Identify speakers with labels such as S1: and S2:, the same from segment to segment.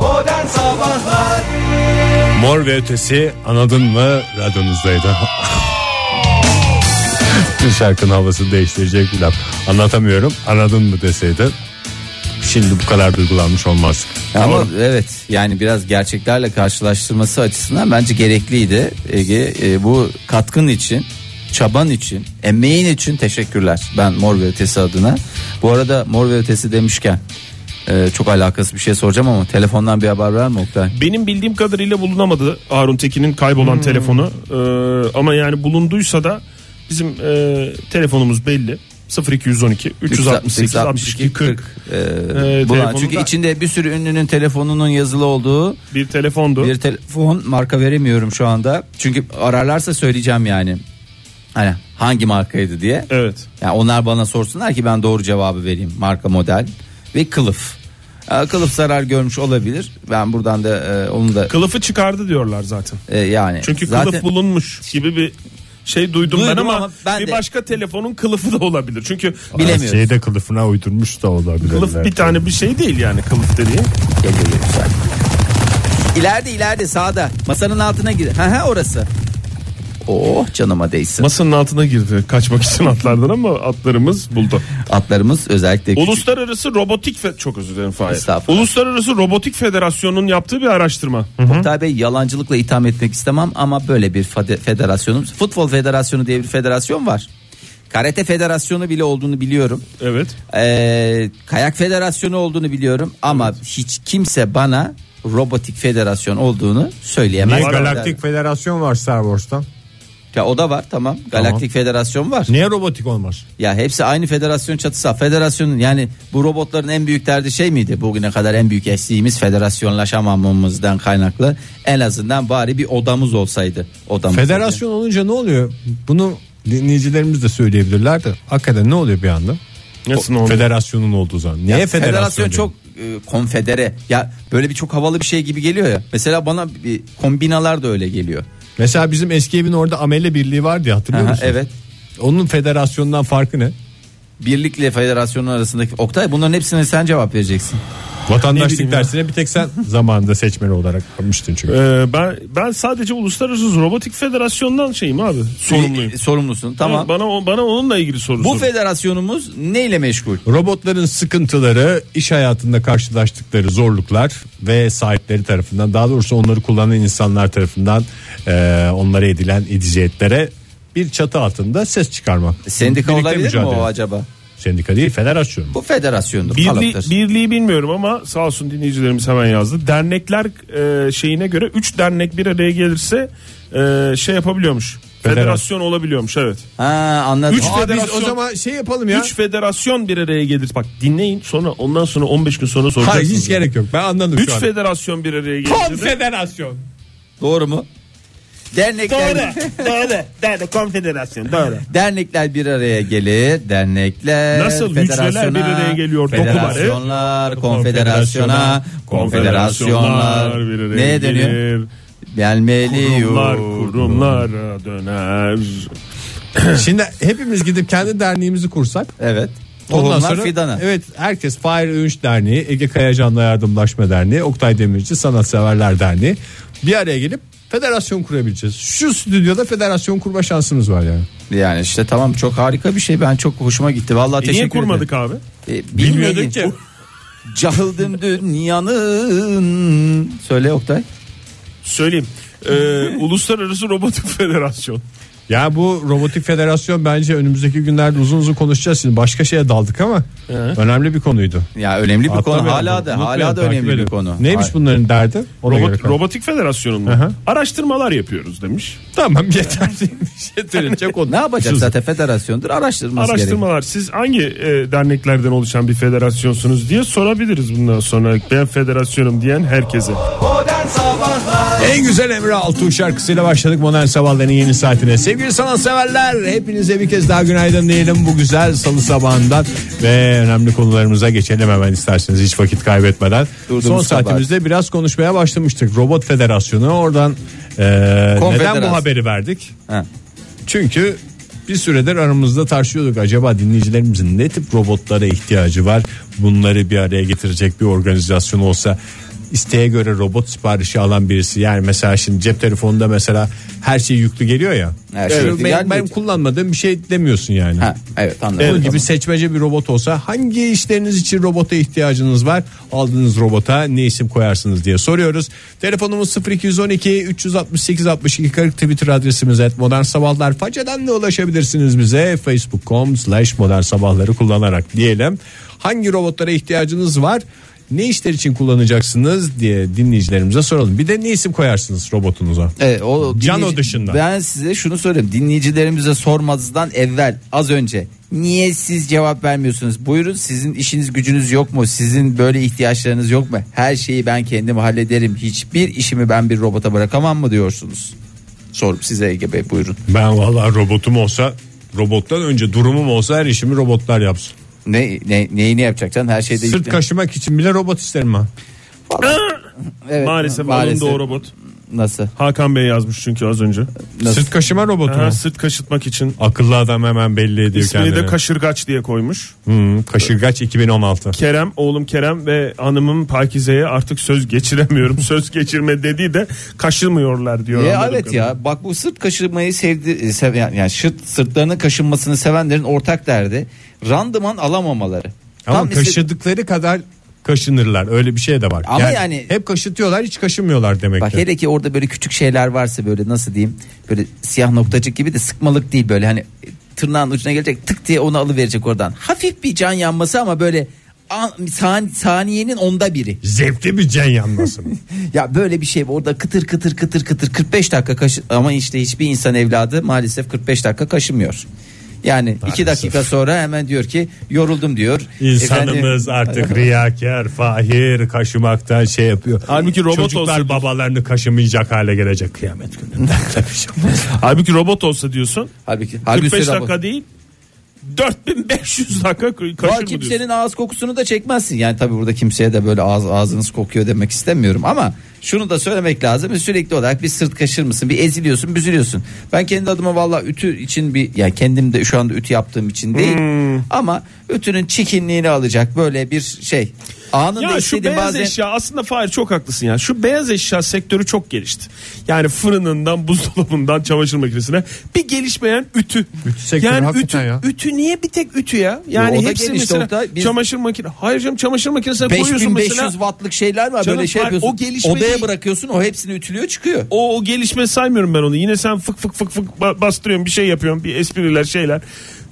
S1: Oh, Sabahlar
S2: Mor ve ötesi anladın mı radyonuzdaydı. Bütün şarkının havası değiştirecek bir laf. Anlatamıyorum anladın mı deseydi. Şimdi bu kadar duygulanmış olmaz.
S3: Ama evet yani biraz gerçeklerle karşılaştırması açısından bence gerekliydi. Ege e, bu katkın için, çaban için, emeğin için teşekkürler. Ben Mor ve Ötesi adına. Bu arada Mor ve Ötesi demişken e, çok alakası bir şey soracağım ama telefondan bir haber var mı Oktay?
S4: Benim bildiğim kadarıyla bulunamadı Harun Tekin'in kaybolan
S3: Hmm.
S4: telefonu. Ee, ama yani bulunduysa da bizim e, telefonumuz belli. 0212 368 62 40
S3: Ee,
S4: Ee,
S3: bulan.
S4: telefonunda-
S3: Çünkü içinde bir sürü ünlünün telefonunun yazılı olduğu
S4: bir telefondu.
S3: bir telefon marka veremiyorum şu anda. Çünkü ararlarsa söyleyeceğim yani. Hani hangi markaydı diye.
S4: Evet.
S3: Yani onlar bana sorsunlar ki ben doğru cevabı vereyim. Marka model ve kılıf. Ee, Kılıf zarar görmüş olabilir. Ben buradan da e, onu da
S4: Kılıfı çıkardı diyorlar zaten.
S3: e, yani
S4: Çünkü
S3: zaten
S4: kılıf bulunmuş gibi bir şey duydum,
S3: Duydum
S4: ben ama,
S3: ama ben
S4: bir
S3: de-
S4: başka telefonun kılıfı da olabilir. Çünkü
S3: bilemiyoruz.
S2: Şeyde şey kılıfına uydurmuş da olabilir.
S4: kılıf bir tane bir şey değil yani kılıf dediğin.
S3: Geliyor, geliyor, güzel. İleride ileride sağda masanın altına gir. Ha ha orası. Oh canıma değsin.
S4: Masanın altına girdi kaçmak için atlardan ama atlarımız buldu.
S3: Atlarımız özellikle küçük.
S4: Uluslararası Robotik Fe- çok özür dilerim Fahir.
S3: Estağfurullah.
S4: Uluslararası Robotik Federasyonu'nun yaptığı bir araştırma.
S3: Oktay Bey yalancılıkla itham etmek istemem ama böyle bir fade- federasyonumuz. Futbol Federasyonu diye bir federasyon var. Karate Federasyonu bile olduğunu biliyorum.
S4: Evet.
S3: Ee, kayak federasyonu olduğunu biliyorum ama hiç kimse bana robotik federasyon olduğunu söyleyemez.
S2: Niye Galaktik Federasyon var Star Wars'tan?
S3: Ya o da var tamam. Galaktik federasyon var.
S2: Niye robotik olmaz?
S3: Ya hepsi aynı federasyon çatısı. altı. Federasyonun yani bu robotların en büyük derdi şey miydi? Bugüne kadar en büyük eksiğimiz federasyonlaşamamamızdan kaynaklı. En azından bari bir odamız olsaydı. Odamız olsaydı.
S2: Federasyon olunca ne oluyor? Bunu dinleyicilerimiz de söyleyebilirler de. Hakikaten ne oluyor bir anda?
S4: Nasıl oldu?
S2: Federasyonun olduğu zaman. Niye
S3: Ya
S2: federasyon?
S3: federasyon
S2: diyorum?
S3: çok e, konfedere. Ya böyle bir çok havalı bir şey gibi geliyor ya. Mesela bana bir kombinalar da öyle geliyor.
S2: Mesela bizim eski evin orada amele birliği vardı ya hatırlıyor
S3: Aha,
S2: musun?
S3: evet.
S2: Onun federasyondan farkı ne?
S3: birlikle federasyonun arasındaki Oktay bunların hepsine sen cevap vereceksin.
S4: Ne bileyim
S2: Vatandaşlık
S4: ya.
S2: dersine bir tek sen zamanında seçmeli olarak almıştın çünkü.
S4: Ee, ben ben sadece Uluslararası Robotik Federasyonu'ndan şeyim abi. Sorumluyum.
S3: Ee, Sorumlusun tamam.
S4: Evet, Bana o- bana onunla ilgili soru
S3: Bu
S4: sorun.
S3: federasyonumuz neyle meşgul?
S2: Robotların sıkıntıları, iş hayatında karşılaştıkları zorluklar ve sahipleri tarafından daha doğrusu onları kullanan insanlar tarafından eee onlara edilen eziyetlere bir çatı altında ses çıkarmak.
S3: Sendika
S2: Birlikte
S3: olabilir mi
S2: mücadele.
S3: o acaba?
S2: Sendika değil federasyon.
S3: Bu federasyondur.
S4: Birliği,
S3: kalıptır.
S4: birliği bilmiyorum ama sağ olsun dinleyicilerimiz hemen yazdı. Dernekler e, şeyine göre 3 dernek bir araya gelirse e, şey yapabiliyormuş. Federasyon,
S2: Federasyon.
S4: olabiliyormuş evet.
S3: Ha anladım.
S4: Üç
S3: Aa,
S4: feder-
S2: Biz
S4: federasyon-
S2: o zaman şey yapalım ya.
S4: 3 federasyon bir araya gelir. Bak dinleyin sonra ondan sonra 15 gün sonra
S2: Hayır
S4: soracaksınız.
S2: hiç gerek yok. Ben anladım
S4: 3
S2: şu an.
S4: federasyon bir araya gelir.
S2: Konfederasyon.
S3: Doğru mu? Dernekler,
S4: doğru, doğru, konfederasyon, doğru.
S3: dernekler bir araya gelir. Dernekler
S4: Nasıl hücreler bir araya geliyor? Dokular,
S3: Federasyonlar, konfederasyona, konfederasyonlar.
S4: bir araya
S3: Ne deniyor?
S4: gelir.
S3: Gelmeli
S4: Kurumlar
S3: yurdu.
S4: kurumlara döner.
S2: Şimdi hepimiz gidip kendi derneğimizi kursak.
S3: Evet.
S2: Ondan
S3: Tohumlar
S2: sonra
S3: fidana.
S2: evet herkes Fahir Öğünç Derneği, Ege Kayacan'la Yardımlaşma Derneği, Oktay Demirci Sanatseverler Derneği bir araya gelip federasyon kurabileceğiz. Şu stüdyoda federasyon kurma şansımız var yani.
S3: Yani işte tamam çok harika bir şey. Ben çok hoşuma gitti. Vallahi
S4: E
S3: teşekkür
S4: niye
S3: ederim.
S4: kurmadık abi?
S3: E, bilmiyorduk ki. Cahıldım dünyanın. Söyle Oktay.
S4: Söyleyeyim. E, Uluslararası Robotik Federasyon.
S2: Ya bu robotik federasyon bence önümüzdeki günlerde uzun uzun konuşacağız. Şimdi başka şeye daldık ama önemli bir konuydu.
S3: Ya önemli bir
S2: Atlamayalım.
S3: konu hala da
S2: Unutmayalım,
S3: hala da
S2: takip
S3: önemli bir
S2: edelim.
S3: konu.
S2: Neymiş
S3: Ay-
S2: bunların derdi? Ona göre
S4: Robot,
S2: karar.
S4: robotik Federasyonu'nun
S2: Aha.
S4: araştırmalar yapıyoruz demiş.
S2: Tamam yeterliymiş.
S4: şey
S2: Yeterince konu.
S3: Ne yapacak zaten federasyondur araştırması gerekiyor.
S4: Araştırmalar siz hangi e, derneklerden oluşan bir federasyonsunuz diye sorabiliriz bundan sonra. Ben federasyonum diyen herkese.
S1: Modern Sabahlar
S2: En güzel Emre Altuğ şarkısıyla başladık modern sabahların yeni saatine. Sevgili sanatseverler hepinize bir kez daha günaydın diyelim bu güzel salı sabahından ve önemli konularımıza geçelim hemen isterseniz hiç vakit kaybetmeden.
S3: Durduğumuz
S2: Son
S3: kabahat.
S2: saatimizde biraz konuşmaya başlamıştık. Robot Federasyonu oradan e, neden bu
S3: Konfederasyon.
S2: haberi verdik?
S3: Ha.
S2: Çünkü bir süredir aramızda tartışıyorduk acaba dinleyicilerimizin ne tip robotlara ihtiyacı var? Bunları bir araya getirecek bir organizasyon olsa isteğe göre robot siparişi alan birisi yani mesela şimdi cep telefonunda mesela her şey yüklü geliyor ya.
S3: Her şey
S2: Evet,
S3: yüklü
S2: ben,
S3: gelmiyor.
S2: ben kullanmadığım bir şey demiyorsun yani.
S3: Ha, evet anladım.
S2: Bunun
S3: Tamam.
S2: gibi seçmece bir robot olsa hangi işleriniz için robota ihtiyacınız var? Aldığınız robota ne isim koyarsınız diye soruyoruz. Telefonumuz 0212 368 62 40 Twitter adresimiz et modern sabahlar. Facadan da ulaşabilirsiniz bize facebook.com slash modern sabahları kullanarak diyelim. Hangi robotlara ihtiyacınız var? Ne işler için kullanacaksınız diye dinleyicilerimize soralım. Bir de ne isim koyarsınız robotunuza?
S3: Evet, o
S2: Cano
S3: dinleyici-
S2: dışında.
S3: Ben size şunu söyleyeyim. Dinleyicilerimize sormazdan evvel az önce niye siz cevap vermiyorsunuz? Buyurun sizin işiniz gücünüz yok mu? Sizin böyle ihtiyaçlarınız yok mu? Her şeyi ben kendim hallederim. Hiçbir işimi ben bir robota bırakamam mı diyorsunuz? Sorum size Ege Bey buyurun.
S2: Ben vallahi robotum olsa robottan önce durumum olsa her işimi robotlar yapsın.
S3: Ne, ne neyini yapacaksın? Her şeyde
S2: Sırt
S3: yüklen-
S2: kaşımak için bile robot isterim ha.
S3: Evet,
S4: maalesef, alındı o robot.
S3: Nasıl?
S4: Hakan Bey yazmış çünkü az önce.
S3: Nasıl?
S2: Sırt kaşıma robotu mu?
S4: Ha, sırt kaşıtmak için.
S2: Akıllı adam hemen belli ediyor
S4: İsmini
S2: kendini.
S4: de kaşırgaç diye koymuş.
S2: Hı, kaşırgaç 2016.
S4: Kerem, oğlum Kerem ve hanımım Pakize'ye artık söz geçiremiyorum. söz geçirme dediği de kaşırmıyorlar diyor.
S3: Ya
S4: anladığım
S3: evet
S4: kadarıyla.
S3: ya bak bu sırt kaşınmayı sevdi e, sev, yani, yani şırt, sırtlarının kaşınmasını sevenlerin ortak derdi randıman alamamaları.
S2: Ama
S3: Tam istedi-
S2: kaşıdıkları kadar kaşınırlar. Öyle bir şey de var.
S3: Ama yani-
S2: hep kaşıtıyorlar, hiç kaşınmıyorlar demek
S3: Bak
S2: ki.
S3: hele ki orada böyle küçük şeyler varsa böyle nasıl diyeyim böyle siyah noktacık gibi de sıkmalık değil böyle hani e, tırnağın ucuna gelecek tık diye onu alıverecek oradan. Hafif bir can yanması ama böyle an- san- saniyenin onda biri.
S2: Zevkli bir can yanmasın.
S3: Ya böyle bir şey orada kıtır kıtır kıtır kıtır 45 dakika kaşı ama işte hiçbir insan evladı maalesef 45 dakika kaşımıyor. Yani 2 dakika sonra hemen diyor ki yoruldum diyor.
S2: İnsanımız
S3: Efendim-
S2: artık riyakar, fahir, kaşımaktan şey yapıyor.
S4: Halbuki robot
S2: Çocuklar
S4: olsa-
S2: babalarını kaşımayacak hale gelecek kıyamet gününde. Tabii canım.
S4: Halbuki robot olsa diyorsun.
S3: halbuki,
S4: 45
S3: halbuki
S4: dakika değil. 4500 dakika
S3: Var
S4: kaşır mı diyorsun?
S3: kimsenin ağız kokusunu da çekmezsin. Yani tabii burada kimseye de böyle ağız ağzınız kokuyor demek istemiyorum ama şunu da söylemek lazım. Sürekli olarak bir sırt kaşır mısın? Bir eziliyorsun, büzülüyorsun. Ben kendi adıma valla ütü için bir yani kendim de şu anda ütü yaptığım için değil.
S4: Hmm.
S3: Ama ütünün çekinliğini alacak böyle bir şey. Anında
S4: Ya şu
S3: istediğin
S4: beyaz
S3: bazen
S4: eşya aslında Fahir çok haklısın ya. Şu beyaz eşya sektörü çok gelişti. Yani fırınından buzdolabından çamaşır makinesine bir gelişmeyen ütü.
S2: Ütü sektörü
S4: yani ütü,
S2: hakikaten ya.
S4: ütü niye bir tek ütü ya? Yani
S3: o da
S4: hepsi
S3: gelişti
S4: mesela
S3: Oktay. Biz-
S4: çamaşır makine. Hayır canım çamaşır makinesine koyuyorsun
S3: 5500
S4: mesela.
S3: wattlık şeyler var
S4: Canım
S3: böyle şey
S4: Fahir,
S3: yapıyorsun.
S4: o gelişme
S3: Odaya
S4: değil.
S3: bırakıyorsun o hepsini ütülüyor çıkıyor.
S4: O, o gelişme saymıyorum ben onu. Yine sen fık fık fık fık ba- bastırıyorsun bir şey yapıyorsun bir espriler şeyler.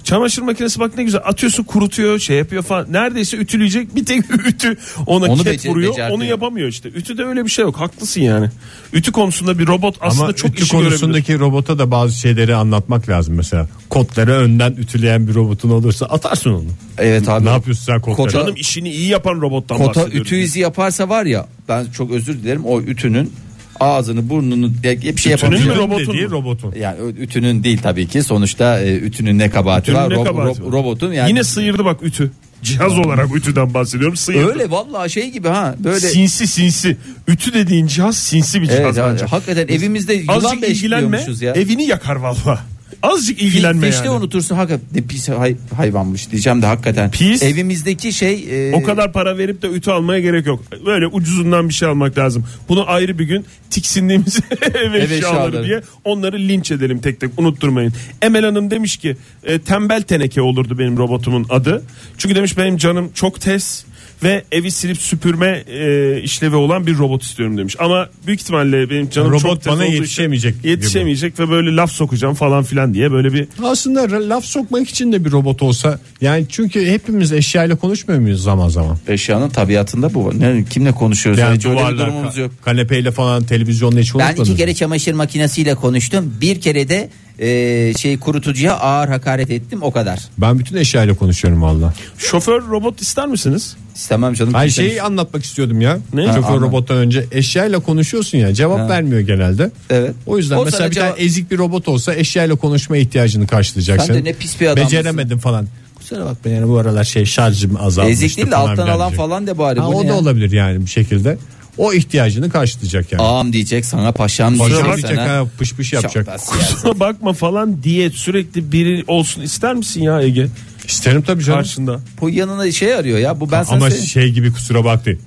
S4: Çamaşır makinesi bak ne güzel atıyorsun kurutuyor şey yapıyor falan. Neredeyse ütüleyecek bir tek ütü ona
S3: Onu
S4: ket
S3: becer-
S4: vuruyor
S3: becerdi
S4: onu
S3: yani.
S4: yapamıyor işte. Ütüde öyle bir şey yok haklısın yani. Ütü konusunda bir robot aslında
S2: Ama
S4: çok
S2: ütü
S4: işi konusunda...
S2: konusundaki robota da bazı şeyleri anlatmak lazım mesela. Kodları önden ütüleyen bir robotun olursa atarsın onu.
S3: Evet abi.
S2: Ne yapıyorsun sen kodları?
S3: Kota-
S4: Canım işini iyi yapan robottan
S3: Kota
S4: bahsediyorum.
S3: ütü izi yaparsa var ya ben çok özür dilerim o ütünün ağzını burnunu ya- bir şey
S4: Ütünün
S3: yapamıyor.
S4: mü? robotun
S2: dediği
S4: mu?
S2: robotun.
S3: Yani ö- ütünün değil tabii ki sonuçta e, ütünün ne kabahati
S4: Ütünün
S3: var
S4: ne
S3: Rob-
S4: kabahati
S3: rob-
S4: var?
S3: robotun yani.
S4: Yine sıyırdı bak ütü. Cihaz olarak ütüden bahsediyorum sıyırdı.
S3: öyle vallahi şey gibi ha böyle
S4: Sinsi sinsi. Ütü dediğin cihaz sinsi bir cihaz
S3: Evet,
S4: bence.
S3: hakikaten evimizde yılan
S4: Azıcık ilgilenme
S3: besliyormuşuz ya.
S4: evini yakar valla. Azıcık
S3: Pi-
S4: ilgilenme
S3: Pişte
S4: yani.
S3: unutursun hakikaten ne pis hay- hayvanmış diyeceğim de hakikaten.
S4: Pis.
S3: Evimizdeki şey e,
S4: O kadar para verip de ütü almaya gerek yok. Böyle ucuzundan bir şey almak lazım. Bunu ayrı bir gün tiksindiğimiz ev eşyaları
S3: eşyaları.
S4: diye onları linç edelim tek tek unutturmayın. Emel Hanım demiş ki e, tembel teneke olurdu benim robotumun adı. Çünkü demiş benim canım çok tez ve evi silip süpürme e, işlevi olan bir robot istiyorum demiş. Ama büyük ihtimalle benim canım
S2: Robot
S4: çok tez
S2: bana
S4: olduğu için
S2: yetişemeyecek gibi.
S4: Yetişemeyecek ve böyle laf sokacağım falan filan diye böyle bir
S2: Aslında ra- laf sokmak için de bir robot olsa yani çünkü hepimiz eşyayla konuşmuyor muyuz zaman zaman?
S3: eşyanın tabiatında bu var. Ne, kimle konuşuyoruz?
S2: Yani
S3: Hiç öyle bir
S2: duvarla,
S3: durumumuz
S2: ka-
S3: yok.
S2: kanepeyle falan televizyonla hiç
S3: Ben
S2: konuşmadınız.
S3: iki
S2: mı?
S3: kere çamaşır makinesiyle konuştum. Bir kere de e, şey kurutucuya ağır hakaret ettim o kadar.
S2: Ben bütün eşyayla konuşuyorum valla.
S4: şoför robot ister misiniz?
S3: İstemem canım.
S2: Her
S3: kimse-
S2: şeyi anlatmak istiyordum ya.
S4: Ne?
S2: Şoför
S4: Ha,
S3: anlat.
S2: robottan önce eşyayla konuşuyorsun ya cevap vermiyor genelde.
S3: Evet.
S2: O yüzden
S3: O
S2: mesela
S3: sana
S2: bir tane
S3: cevap-
S2: ezik bir robot olsa eşyayla konuşma ihtiyacını karşılayacaksın.
S3: Sen de ne pis bir adamsın.
S2: Beceremedim falan. Kusura bakma yani bu aralar şey şarjım azalmış.
S3: Ezik değil de alttan alan falan de bari.
S2: Ha,
S3: Bu
S2: o
S3: ne
S2: da
S3: ya?
S2: olabilir yani bir şekilde. O ihtiyacını karşılayacak yani.
S3: Ağam diyecek sana paşam diyecek
S2: Paşam
S3: sana.
S2: diyecek ha, pış pış şey yapacak.
S3: Şapkası ya.
S4: Kusura bakma falan diye sürekli biri olsun ister misin ya Ege
S2: İsterim tabii canım.
S4: karşında?
S3: Bu yanına şey arıyor ya. Bu ben sana
S2: Ama
S3: söyleyeyim.
S2: şey gibi kusura bak değil.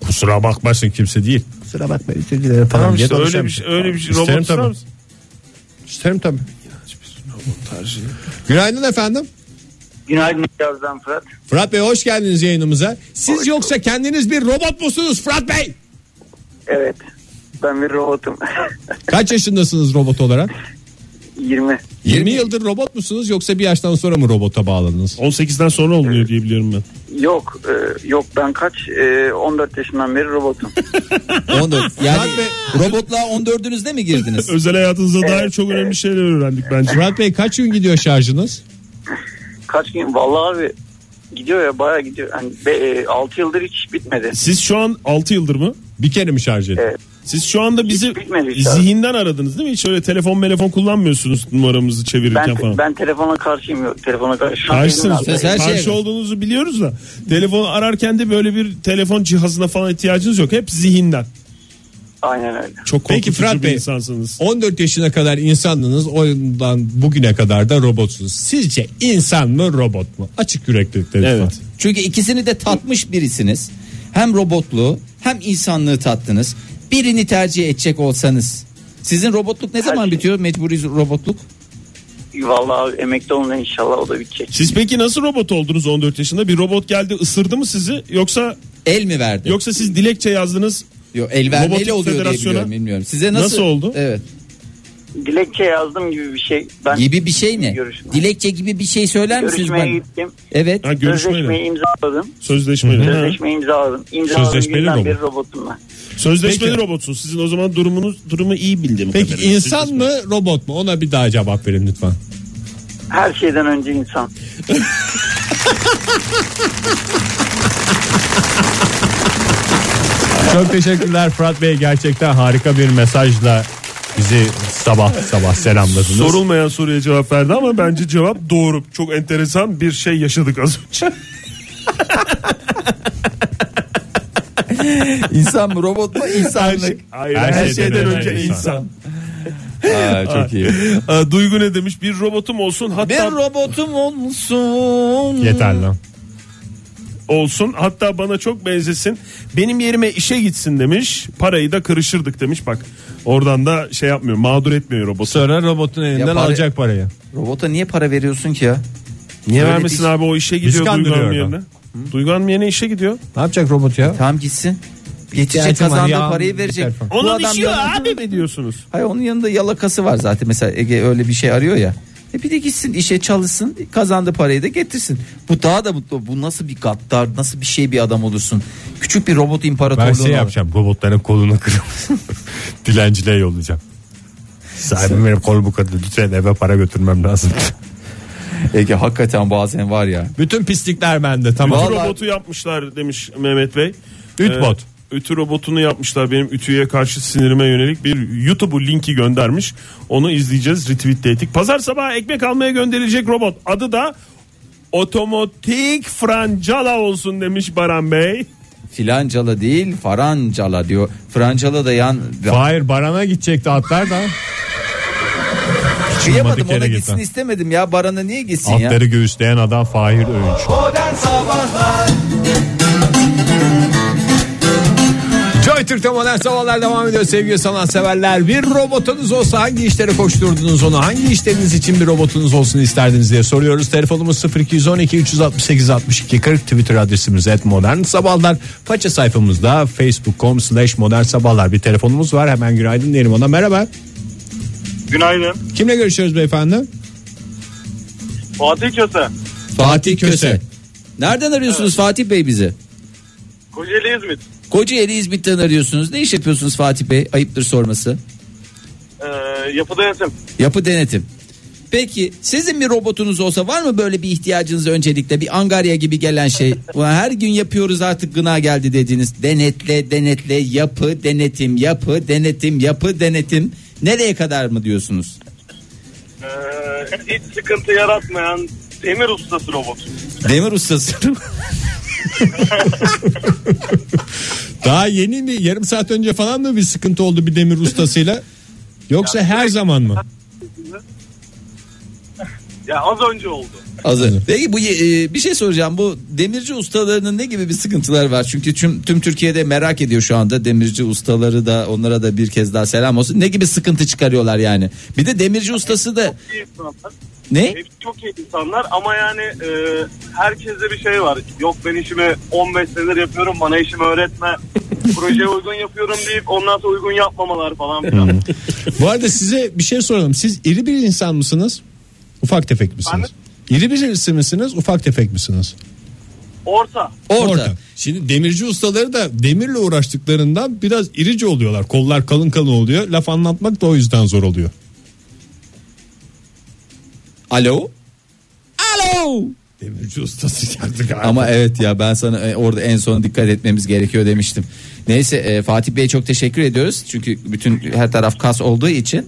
S2: Kusura bakmasın kimse değil.
S5: Kusura bakma özür dilerim falan
S4: Tamam
S5: diye
S4: işte öyle bir
S5: konuşamayacak.
S4: şey, öyle bir şey.
S2: İsterim
S4: Robot
S2: tabii.
S4: ister misin?
S2: İsterim tabii. Günaydın efendim.
S6: Günaydın Hocam, ben Fırat.
S2: Fırat Bey hoş geldiniz yayınımıza. Siz yoksa kendiniz bir robot musunuz Fırat Bey?
S6: Evet. Ben bir robotum.
S2: Kaç yaşındasınız robot olarak?
S6: 20.
S2: 20 yıldır robot musunuz yoksa bir yaştan sonra mı robota bağlandınız?
S4: 18'den sonra olunuyor diye biliyorum ben.
S6: Yok e, yok ben kaç? E, 14 yaşından beri robotum.
S2: şey-
S3: 14. Yani robotla 14'ünüzde mi girdiniz?
S4: Özel hayatınıza dair çok önemli şeyler öğrendik bence.
S2: Fırat Bey kaç gün gidiyor şarjınız?
S6: Kaç gün? Vallahi abi gidiyor ya bayağı gidiyor. Yani 6 yıldır hiç bitmedi.
S4: Siz şu an 6 yıldır mı?
S2: Bir kere mi şarj edin?
S6: Evet.
S4: Siz şu anda bizi
S6: bitmedi hiç abi.
S4: zihinden aradınız değil mi? Hiç öyle telefon telefon kullanmıyorsunuz numaramızı çevirirken
S6: Ben
S4: falan.
S6: ben şey telefona karşıyım yok. Telefona karşı.
S4: Karşısınız.
S3: Siz her şeye-
S4: Karşı olduğunuzu biliyoruz da telefonu ararken de böyle bir telefon cihazına falan ihtiyacınız yok. Hep zihinden.
S6: Aynen öyle.
S4: Çok korkutucu
S2: Peki Fırat
S4: bir
S2: Bey.
S4: insansınız.
S2: 14 yaşına kadar insandınız. Ondan bugüne kadar da robotsunuz. Sizce insan mı robot mu? Açık yüreklilikte lütfen.
S4: Evet.
S3: Çünkü ikisini de tatmış birisiniz. Hem robotluğu hem insanlığı tattınız. Birini tercih edecek olsanız. Sizin robotluk ne zaman
S6: şey.
S3: bitiyor? Mecburi robotluk.
S6: Vallahi abi, emekli olun inşallah o da bitecek.
S4: Siz peki nasıl robot oldunuz 14 yaşında? Bir robot geldi ısırdı mı sizi yoksa
S3: El mi verdi?
S4: yoksa siz dilekçe yazdınız
S3: Yok, el vermeyle
S4: Robotik
S3: oluyor diye
S4: Federasyon'a-
S3: biliyorum, bilmiyorum. Size nasıl,
S4: Nasıl oldu?
S3: Evet.
S6: Dilekçe yazdım gibi bir şey. Ben
S3: Gibi bir şey ne?
S6: Görüşme.
S3: Dilekçe gibi bir şey söyler misiniz
S6: görüşmeye
S3: bana?
S6: gittim.
S3: Evet.
S4: ha,
S6: Sözleşmeyi
S4: görüşmeyle
S6: imzaladım.
S4: sözleşmeyle. Ha.
S6: Sözleşmeyi imzaladım. İmzaladığım
S2: Sözleşmeli
S6: günden
S2: robot.
S6: beri robotum ben.
S4: Sözleşmeli
S2: Peki.
S4: robotsun. Sizin o zaman durumunuz durumu iyi bildiğim
S2: Peki
S4: kadarıyla.
S2: insan mı robot mu? Ona bir daha cevap verin lütfen.
S6: Her şeyden önce insan.
S2: Çok teşekkürler Fırat Bey. Gerçekten harika bir mesajla bizi sabah sabah selamladınız.
S4: Sorulmayan soruya cevap verdi ama bence cevap doğru. Çok enteresan bir şey yaşadık az önce.
S3: İnsan mı robot mu? İnsanlık.
S4: Hayır,
S2: Her şey-
S4: her,
S2: şeyden
S4: şeyden,
S2: önce
S4: önce insan.
S3: Aa, çok iyi.
S4: Aa, Duygu ne demiş? Bir robotum olsun
S3: Bir
S4: hatta
S3: robotum olsun.
S2: Yeter lan.
S4: olsun hatta bana çok benzesin. Benim yerime işe gitsin demiş. Parayı da kırışırdık demiş. Bak oradan da şey yapmıyor. Mağdur etmiyor robotu.
S2: Sonra robotun elinden
S3: Ya para-
S2: alacak parayı.
S3: Robota niye para veriyorsun ki ya?
S4: Niye
S3: Öyle
S4: vermesin
S3: değil.
S4: abi o işe gidiyor Duygu
S2: kandırıyor
S4: Hanım
S2: adam.
S4: yerine? Duygu Hanım yerine işe gidiyor.
S2: Ne yapacak robot ya?
S3: Tamam gitsin. Geçecek
S2: İhtiyacım var,
S3: kazandığı
S2: yağım
S3: parayı
S2: biter
S3: verecek.
S2: falan.
S3: Bu adam yanında-
S4: mi diyorsunuz?
S3: Hayır onun yanında yalakası var zaten. Mesela Ege öyle bir şey arıyor ya. E bir de gitsin işe çalışsın kazandığı parayı da getirsin. Bu daha da mutlu. Bu nasıl bir gaddar nasıl bir şey bir adam olursun. Küçük bir robot
S2: Ben
S3: imparatorluğu.
S2: şey yapacağım. Robotların kolunu kırıp dilencilere yollayacağım. Sahibim benim kolu bu kadar. Lütfen eve para götürmem lazım.
S3: Ege hakikaten bazen var ya.
S2: Bütün pislikler bende
S4: Ütü
S2: tamam.
S3: Vallahi-
S4: robotu yapmışlar demiş Mehmet Bey.
S2: Ütbot.
S4: Ee, ütü robotunu yapmışlar benim ütüye karşı sinirime yönelik bir YouTube linki göndermiş. Onu izleyeceğiz retweetledik. Pazar sabahı ekmek almaya gönderilecek robot adı da otomatik francala olsun demiş Baran Bey.
S3: Filancala değil farancala diyor. Francala da yan...
S2: Hayır barana gidecekti atlar da.
S3: Kıyamadım
S2: yere
S3: ona
S2: git
S3: gitsin
S2: lan.
S3: istemedim ya. Barana niye gitsin ya?
S2: Atları göğüsleyen adam Fahir Öğünç.
S1: Modern Sabahlar
S2: Joy Türk'te modern sabahlar devam ediyor sevgili sanatseverler. Bir robotunuz olsa hangi işlere koşturdunuz onu? Hangi işleriniz için bir robotunuz olsun isterdiniz diye soruyoruz. Telefonumuz 0212 368 62 40 Twitter adresimiz et modern sabahlar. Faça sayfamızda facebook.com slash modern sabahlar bir telefonumuz var. Hemen günaydın diyelim ona merhaba.
S6: Günaydın.
S2: Kimle görüşüyoruz beyefendi?
S6: Fatih Köse.
S3: Fatih Köse. Nereden arıyorsunuz Fatih Bey bizi?
S6: Kocaeli İzmit.
S3: Kocaeli İzmit'ten arıyorsunuz. Ne iş yapıyorsunuz Fatih Bey? Ayıptır sorması.
S6: Ee, yapıda yönetim.
S3: Yapı denetim. Peki sizin bir robotunuz olsa var mı böyle bir ihtiyacınız öncelikle bir angarya gibi gelen şey? Ulan her gün yapıyoruz artık gına geldi dediğiniz denetle denetle yapı denetim yapı denetim yapı denetim nereye kadar mı diyorsunuz?
S5: Ee,
S6: hiç sıkıntı yaratmayan demir ustası robot.
S3: Demir ustası.
S2: Daha yeni mi yarım saat önce falan mı bir sıkıntı oldu bir demir ustasıyla? Yoksa her zaman mı?
S6: Ya az önce oldu.
S3: Hazır. Peki bu e, bir şey soracağım. Bu demirci ustalarının ne gibi bir sıkıntıları var? Çünkü tüm, tüm Türkiye'de merak ediyor şu anda demirci ustaları da onlara da bir kez daha selam olsun. Ne gibi sıkıntı çıkarıyorlar yani? Bir de demirci ustası da
S5: iyi insanlar.
S3: ne?
S5: Hepsi çok iyi insanlar ama yani e, herkeste bir şey var. Yok ben işimi 15 senedir yapıyorum bana işimi öğretme. Projeye uygun yapıyorum deyip ondan sonra uygun yapmamalar falan filan.
S2: Bu arada size bir şey soralım. Siz iri bir insan mısınız? Ufak tefek misiniz? İri birisi misiniz? Ufak tefek misiniz?
S5: Orta.
S3: Orta.
S2: Şimdi demirci ustaları da demirle uğraştıklarından biraz irici oluyorlar. Kollar kalın kalın oluyor. Laf anlatmak da o yüzden zor oluyor.
S3: Alo. Alo.
S2: Demirci ustası geldi galiba.
S3: Ama evet ya ben sana e, orada en son dikkat etmemiz gerekiyor demiştim. Neyse e, Fatih Bey'e çok teşekkür ediyoruz. Çünkü bütün her taraf kas olduğu için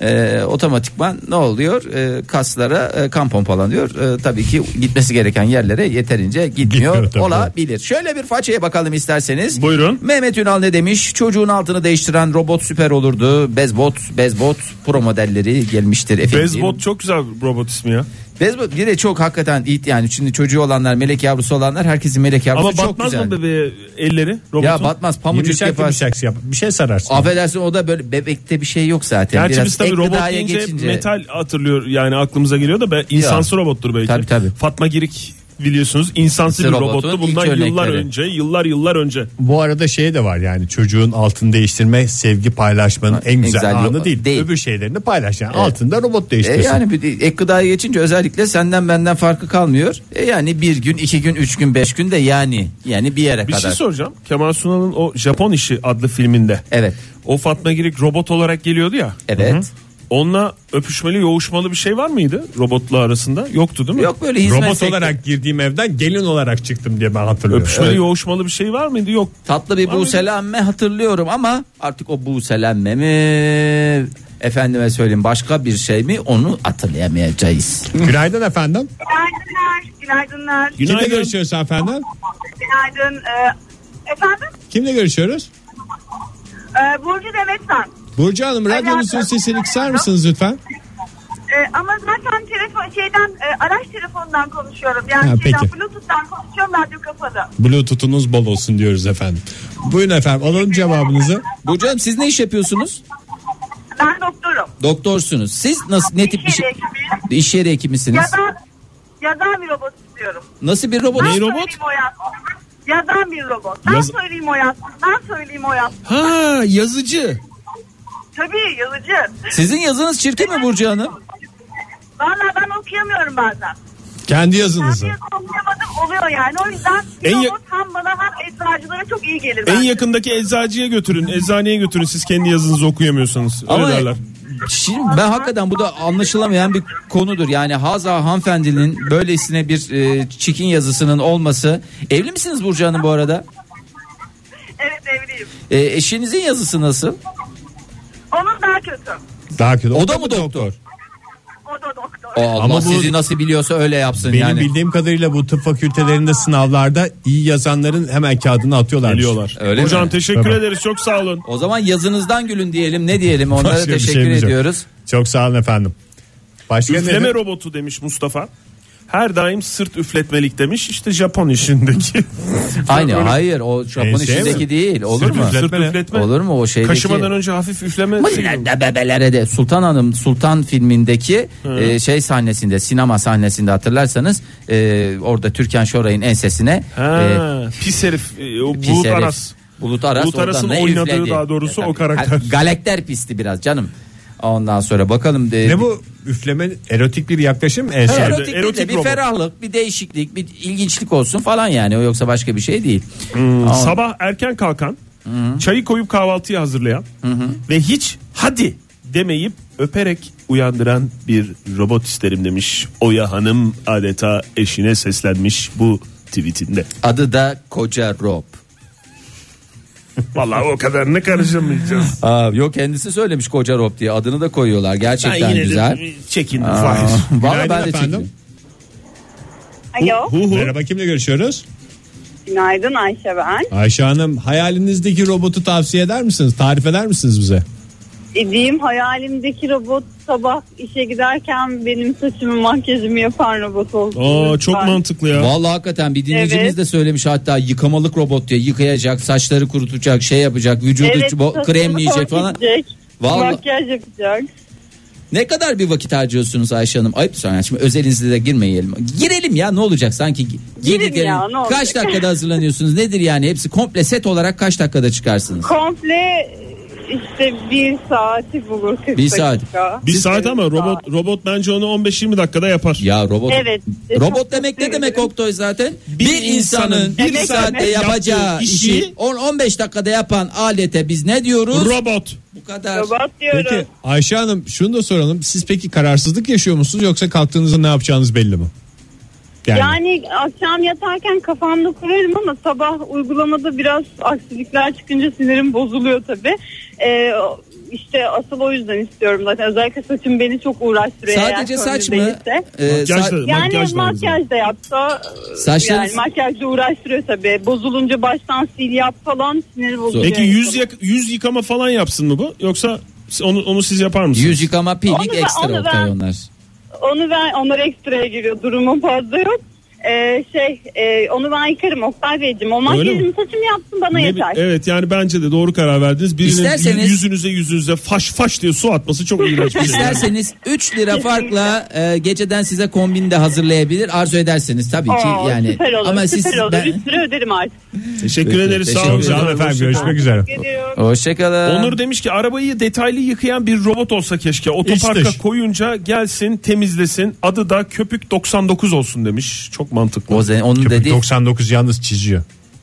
S3: e, otomatikman ne oluyor? E, kaslara e, kan pompalanıyor. E, tabii ki gitmesi gereken yerlere yeterince gitmiyor,
S2: Gitmiyor tabii.
S3: olabilir. Şöyle bir façaya bakalım isterseniz.
S4: Buyurun.
S3: Mehmet Ünal ne demiş? Çocuğun altını değiştiren robot süper olurdu. Bezbot, Bezbot pro modelleri gelmiştir efendim.
S4: Bezbot çok güzel bir robot ismi ya.
S3: Bezbot bir de çok hakikaten it yani şimdi çocuğu olanlar melek yavrusu olanlar herkesin melek yavrusu
S4: Ama
S3: çok
S4: batmaz
S3: güzel.
S4: mı bebeğe elleri robotun?
S3: ya batmaz pamucuk
S2: Yumuşak
S3: yapar.
S2: yumuşak yap. Bir şey sararsın.
S3: Affedersin o da böyle bebekte bir şey yok zaten.
S4: Gerçi
S3: Biraz
S4: biz tabii
S3: ek
S4: robot
S3: gıdaya
S4: deyince
S3: geçince-
S4: metal hatırlıyor yani aklımıza geliyor da be, insansı robottur belki.
S3: Tabii, tabii.
S4: Fatma Girik biliyorsunuz insansı bir
S3: İşte
S4: robottu.
S3: robotun ilk
S4: Bundan yıllar
S3: örnekleri.
S4: önce yıllar yıllar önce.
S2: Bu arada şey de var yani çocuğun altını değiştirme sevgi paylaşmanın en güzel,
S3: güzel
S2: anı
S3: yok.
S2: değil.
S3: Değil.
S2: Öbür şeylerini paylaş yani altında robot
S3: E
S2: değiştirsin.
S3: yani bir de ek gıdaya geçince özellikle senden benden farkı kalmıyor. E yani bir gün, iki gün, üç gün, beş gün de yani yani bir yere
S4: Bir
S3: kadar.
S4: şey soracağım. Kemal Sunal'ın o Japon işi adlı filminde.
S3: Evet.
S4: O Fatma Girik robot olarak geliyordu ya.
S3: Evet.
S4: Onunla öpüşmeli, yoğuşmalı bir şey var mıydı robotla arasında? Yoktu değil mi?
S3: Yok böyle hizmet
S2: Robot
S3: sektörü-
S2: olarak girdiğim evden gelin olarak çıktım diye ben hatırlıyorum.
S4: Öpüşmeli, yoğuşmalı bir şey var mıydı? Yok.
S3: Tatlı bir
S4: Var mıydı?
S3: buselenme hatırlıyorum ama artık o buselenme mi efendime söyleyeyim başka bir şey mi onu hatırlayamayacağız.
S2: Günaydın efendim.
S7: Günaydınlar, günaydınlar,
S2: Kimle
S4: Günaydın.
S2: görüşüyoruz efendim?
S7: günaydın. Ee, efendim,
S2: Kimle görüşüyoruz?
S7: ee, Burcu Demetsan.
S2: Burcu Hanım radyonuzun
S7: Alo.
S2: sesini kısar mısınız lütfen?
S7: Ee, ama zaten telefon şeyden e, araç telefonundan konuşuyorum. Yani
S2: Ha,
S7: şeyden
S2: peki.
S7: Bluetooth'tan konuşuyorum radyo kapalı.
S2: Bluetooth'unuz bol olsun diyoruz efendim. Buyurun efendim alalım cevabınızı.
S3: Burcu Hanım siz ne iş yapıyorsunuz?
S7: Ben doktorum.
S3: Doktorsunuz. Siz nasıl ne tip bir
S7: İş
S3: şey?
S7: yeri hekimiyim.
S3: İş yeri hekimisiniz.
S7: Yazan, yazan bir robot istiyorum.
S3: Nasıl bir robot?
S7: Ben söyleyeyim o yazsın. Yazan bir robot. Ben
S4: Yaz-
S7: söyleyeyim o yazsın. Ben söyleyeyim o yazsın.
S4: Ha yazıcı.
S7: Tabii yazıcı.
S3: Sizin yazınız çirkin mi Burcu Hanım?
S7: Valla ben okuyamıyorum bazen.
S2: Kendi yazınızı.
S7: Ben bir okuyamadım oluyor yani. O yüzden bir
S4: En ya-
S7: robot hem bana hem eczacılara çok iyi gelir.
S4: En
S7: bence.
S4: yakındaki eczacıya götürün, eczaneye götürün. Siz kendi yazınızı okuyamıyorsanız. Öyle
S3: Ama
S4: derler.
S3: Şimdi ben hakikaten bu da anlaşılamayan bir konudur. Yani Haza hanımefendinin böylesine bir e, çirkin yazısının olması. Evli misiniz Burcu Hanım bu arada?
S7: Evet evliyim.
S3: E, eşinizin yazısı nasıl?
S7: Onun daha kötü.
S2: Daha kötü.
S3: O da mı doktor?
S7: O da doktor.
S3: O Allah
S2: Ama bu-
S3: sizi nasıl biliyorsa öyle yapsın
S2: Benim
S3: yani.
S2: bildiğim kadarıyla bu tıp fakültelerinde sınavlarda iyi yazanların hemen kağıdını atıyorlar.
S4: Geliyorlar.
S3: Öyle
S4: Hocam
S3: mi?
S4: teşekkür
S2: Tamam.
S4: ederiz. Çok sağ olun.
S3: O zaman yazınızdan gülün diyelim. Ne diyelim? Onlara
S2: Başka bir şey
S3: teşekkür
S2: şeyimiz yok.
S3: ediyoruz.
S2: Çok sağ olun efendim. Başka
S4: Üfleme
S2: ne?
S4: robotu demiş Mustafa. Her daim sırt üfletmelik demiş. İşte Japon işindeki.
S3: Aynı hayır o Japon
S2: Ense mi?
S3: işindeki değil. Olur
S2: Sırf
S3: mu?
S2: üfletme
S4: sırt
S2: ne?
S4: üfletme.
S3: Olur mu o şey şeydeki?
S4: Kaşımadan önce hafif üfleme. şey-
S3: Mızılarda bebelere de Sultan Hanım Sultan filmindeki e, şey sahnesinde sinema sahnesinde hatırlarsanız e, orada Türkan Şoray'ın ensesine
S4: Ha, pis herif. e, o
S3: e, Ee, pis
S4: Bulut
S3: herif,
S4: Aras.
S3: Bulut Aras
S4: Bulut
S3: oradan
S4: Aras'ın
S3: ne
S4: oynadığı
S3: üfledi.
S4: daha doğrusu
S3: Tabii.
S4: o karakter.
S3: Ha, Galakter pisti biraz canım. Ondan sonra bakalım. e,
S2: Ne bu üfleme erotik bir yaklaşım mı?
S3: bir-
S2: Ense.
S3: Erotik, değil de
S4: Erotik
S3: bir
S4: robot.
S3: ferahlık, bir değişiklik, bir ilginçlik olsun falan yani. O yoksa başka bir şey değil.
S4: Hmm.
S3: Ama-
S4: Sabah erken kalkan, çayı koyup kahvaltıyı hazırlayan ve hiç hadi demeyip öperek uyandıran bir robot isterim demiş. Oya Hanım adeta eşine seslenmiş bu tweetinde.
S3: Adı da Koca Rob.
S4: Vallahi o kadarını karışamayacağız.
S3: Aa, yok kendisi söylemiş Koca Rob diye. Adını da koyuyorlar. Gerçekten güzel.
S4: çekindim.
S3: Aa, Vallahi
S2: Günaydın
S3: ben de
S2: efendim.
S3: çektim.
S7: Alo.
S2: Merhaba kimle görüşüyoruz?
S7: Günaydın Ayşe ben.
S2: Ayşe Hanım hayalinizdeki robotu tavsiye eder misiniz? Tarif eder misiniz bize?
S8: edeyim. E, Hayalimdeki robot sabah işe giderken benim saçımı makyajımı yapan robot olsun.
S4: Aa, çok
S8: Lütfen.
S4: mantıklı ya.
S3: Vallahi hakikaten bir dinleyicimiz
S8: Evet.
S3: de söylemiş hatta yıkamalık robot diye yıkayacak, saçları kurutacak, şey yapacak, vücudu
S8: Evet,
S3: çubo-
S8: saçımı
S3: kremleyecek falan.
S8: korkutacak,
S3: Vallahi.
S8: Makyaj yapacak.
S3: Ne kadar bir vakit harcıyorsunuz Ayşe Hanım? Ayıp söylüyorum. Şimdi özelinize de girmeyelim. Girelim ya ne olacak sanki? Girdik
S8: ya,
S3: yani.
S8: ne olacak?
S3: Kaç dakikada hazırlanıyorsunuz? Nedir yani? Hepsi komple set olarak kaç dakikada çıkarsınız?
S8: Komple e, işte bir saati bulur 40
S3: Bir saat.
S8: dakika.
S4: Bir saat ama robot robot bence onu 15-20 dakikada yapar.
S3: Ya robot.
S8: Evet. e,
S3: Robot
S8: Çok
S3: demek ne
S8: teşekkür
S3: demek
S8: ederim.
S3: Oktay zaten? Bir,
S4: Bir
S3: insanın
S4: insanın
S3: bir
S4: bir
S3: saatte
S4: saatte
S3: yapacağı
S4: yaptığı işi-
S3: işi 10-15 dakikada yapan alete biz ne diyoruz?
S4: Robot.
S3: Bu kadar.
S8: Robot diyorum.
S2: Peki Ayşe Hanım şunu da soralım. Siz peki kararsızlık yaşıyor musunuz yoksa kalktığınızda ne yapacağınız belli mi? Yani,
S8: Yani akşam yatarken kafamda kurarım ama sabah uygulamada biraz aksilikler çıkınca sinirim bozuluyor tabii. Ee, işte asıl o yüzden istiyorum zaten. Özellikle saçım beni çok uğraştırıyor. eğer
S3: Sadece
S8: körlü
S3: saç mı?
S8: değilse.
S3: Ee, sa-
S4: Makyajla-
S8: Yani
S4: Makyaj
S8: makyaj,
S4: da aynı zamanda.
S8: da yapsa
S3: Saçlarınız-
S8: yani makyajla uğraştırıyor tabii. Bozulunca baştan sil yap falan sinir bozuyor.
S4: Peki yüz yak- yüz yıkama falan yapsın mı bu? Yoksa onu onu siz yapar mısınız?
S3: Yüz yıkama
S8: Onu
S3: peeling
S8: ben-
S3: ekstra
S8: onu
S3: Oktay
S8: ben-
S3: onlar.
S8: Onu ben onlar ekstraya giriyor. Durumum fazla yok. Ee, şey e, onu ben yıkarım Oktay Beyciğim. O makyajımı saçımı yapsın bana
S4: Ne bi-
S8: yeter.
S4: evet yani bence de doğru karar verdiniz. Birinin
S3: İsterseniz-
S4: yü- yüzünüze yüzünüze faş faş diye su atması çok iğrenç bir şey.
S3: İsterseniz 3 lira farkla e, geceden size kombin de hazırlayabilir. Arzu ederseniz tabii ki
S8: Aa,
S3: yani.
S8: Süper olur,
S3: Ama siz
S8: süper olur.
S3: ben-
S8: Üstüne öderim artık.
S4: Teşekkür
S3: Peki,
S4: ederiz. Sağ
S3: teşekkür
S4: olun
S3: ederim.
S4: canım
S2: efendim
S4: efendim.
S2: görüşmek üzere.
S8: Geliyorum.
S3: Hoşçakalın.
S4: Onur demiş ki arabayı detaylı yıkayan bir robot olsa keşke. Otoparka
S2: İşte.
S4: koyunca gelsin temizlesin. Adı da köpük 99 olsun demiş. Çok mantıklı.
S3: O zaman onun
S2: Köpük
S3: dediği
S2: 99 yalnız çiziyor.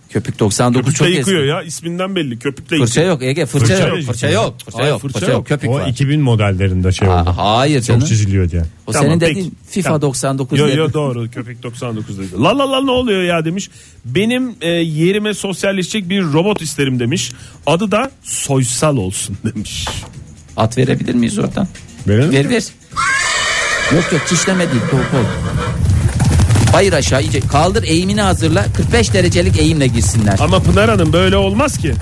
S3: köpük 99
S4: Köpükle
S3: çok
S4: yıkıyor
S3: eski.
S4: ya isminden belli köpükle
S3: Fırça
S4: yıkıyor.
S3: yok Ege fırça,
S2: Fırça
S3: yok
S2: yok.
S3: fırça yok fırça
S4: Hayır,
S3: yok
S4: fırça
S3: fırça yok
S4: yok.
S3: köpük
S2: O
S3: var.
S2: 2000 modellerinde şey
S3: Aa,
S2: oldu.
S3: hayır
S2: Çok
S3: canım.
S2: çiziliyor diye.
S3: O
S4: Tamam,
S3: senin
S4: peki.
S3: dediğin FIFA
S4: Tamam.
S3: 99
S4: Yo
S3: dedi.
S4: yo doğru köpek 99 dedi. La la la ne oluyor ya demiş. Benim e, yerime sosyalleşecek bir robot isterim demiş. Adı da soysal olsun demiş.
S3: At verebilir miyiz oradan?
S2: Verelim.
S3: Ver ver. yok yok çişleme değil. Kol, kol. Hayır aşağı iyice. Kaldır eğimini hazırla. 45 derecelik eğimle girsinler.
S4: Ama Pınar Hanım böyle olmaz ki.